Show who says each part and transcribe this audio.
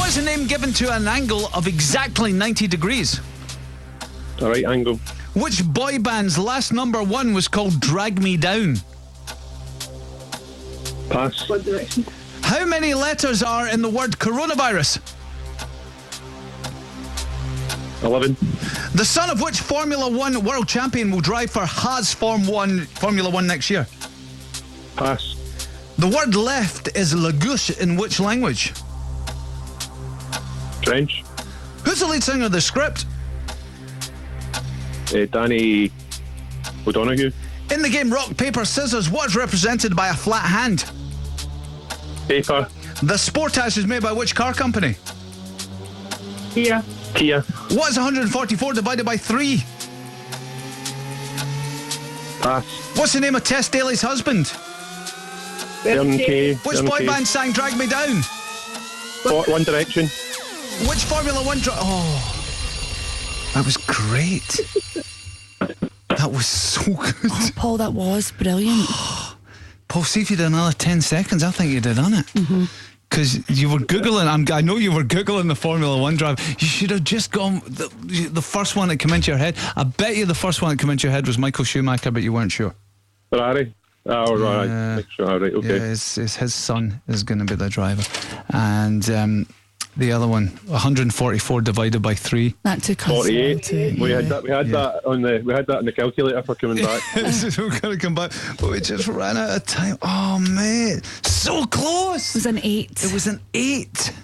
Speaker 1: is the name given to an angle of exactly 90 degrees?
Speaker 2: The right angle.
Speaker 1: Which boy band's last number one was called Drag Me Down?
Speaker 2: Pass.
Speaker 3: What direction?
Speaker 1: How many letters are in the word coronavirus?
Speaker 2: 11.
Speaker 1: The son of which Formula One world champion will drive for Haas Form One Formula One next year?
Speaker 2: Pass.
Speaker 1: The word left is lagouche in which language?
Speaker 2: French.
Speaker 1: Who's the lead singer of the script?
Speaker 2: Uh, Danny O'Donoghue.
Speaker 1: In the game Rock, Paper, Scissors, what is represented by a flat hand?
Speaker 2: Paper.
Speaker 1: The Sportage is made by which car company?
Speaker 3: Kia.
Speaker 2: Kia.
Speaker 1: What is 144 divided by 3?
Speaker 2: Pass.
Speaker 1: What's the name of Tess Daly's husband?
Speaker 2: Turn K.
Speaker 1: Which
Speaker 2: turn
Speaker 1: boy
Speaker 2: K.
Speaker 1: band sang Drag Me Down?
Speaker 2: Fo- One Direction.
Speaker 1: Which Formula One driver? Oh, that was great. that was so good.
Speaker 4: Oh, Paul, that was brilliant.
Speaker 1: Paul, see if you did another 10 seconds, I think you'd have done it.
Speaker 4: Mm-hmm.
Speaker 1: Because you were Googling, I'm, I know you were Googling the Formula One drive. You should have just gone, the, the first one that came into your head. I bet you the first one that came into your head was Michael Schumacher, but you weren't sure.
Speaker 2: Ferrari. Oh, right.
Speaker 1: Yeah.
Speaker 2: Make sure. All right. Okay.
Speaker 1: Yeah, it's, it's his son is going to be the driver. And um, the other one, 144 divided by 3.
Speaker 4: That took us. a while
Speaker 2: 48.
Speaker 4: to-
Speaker 2: We
Speaker 4: yeah.
Speaker 2: had that. We had
Speaker 1: Yeah.
Speaker 2: that on the. We had that on the calculator for coming back.
Speaker 1: This is all going to come back, but we just ran out of time. Oh, mate. So
Speaker 4: It was
Speaker 1: close.
Speaker 4: an eight.
Speaker 1: It was an 8.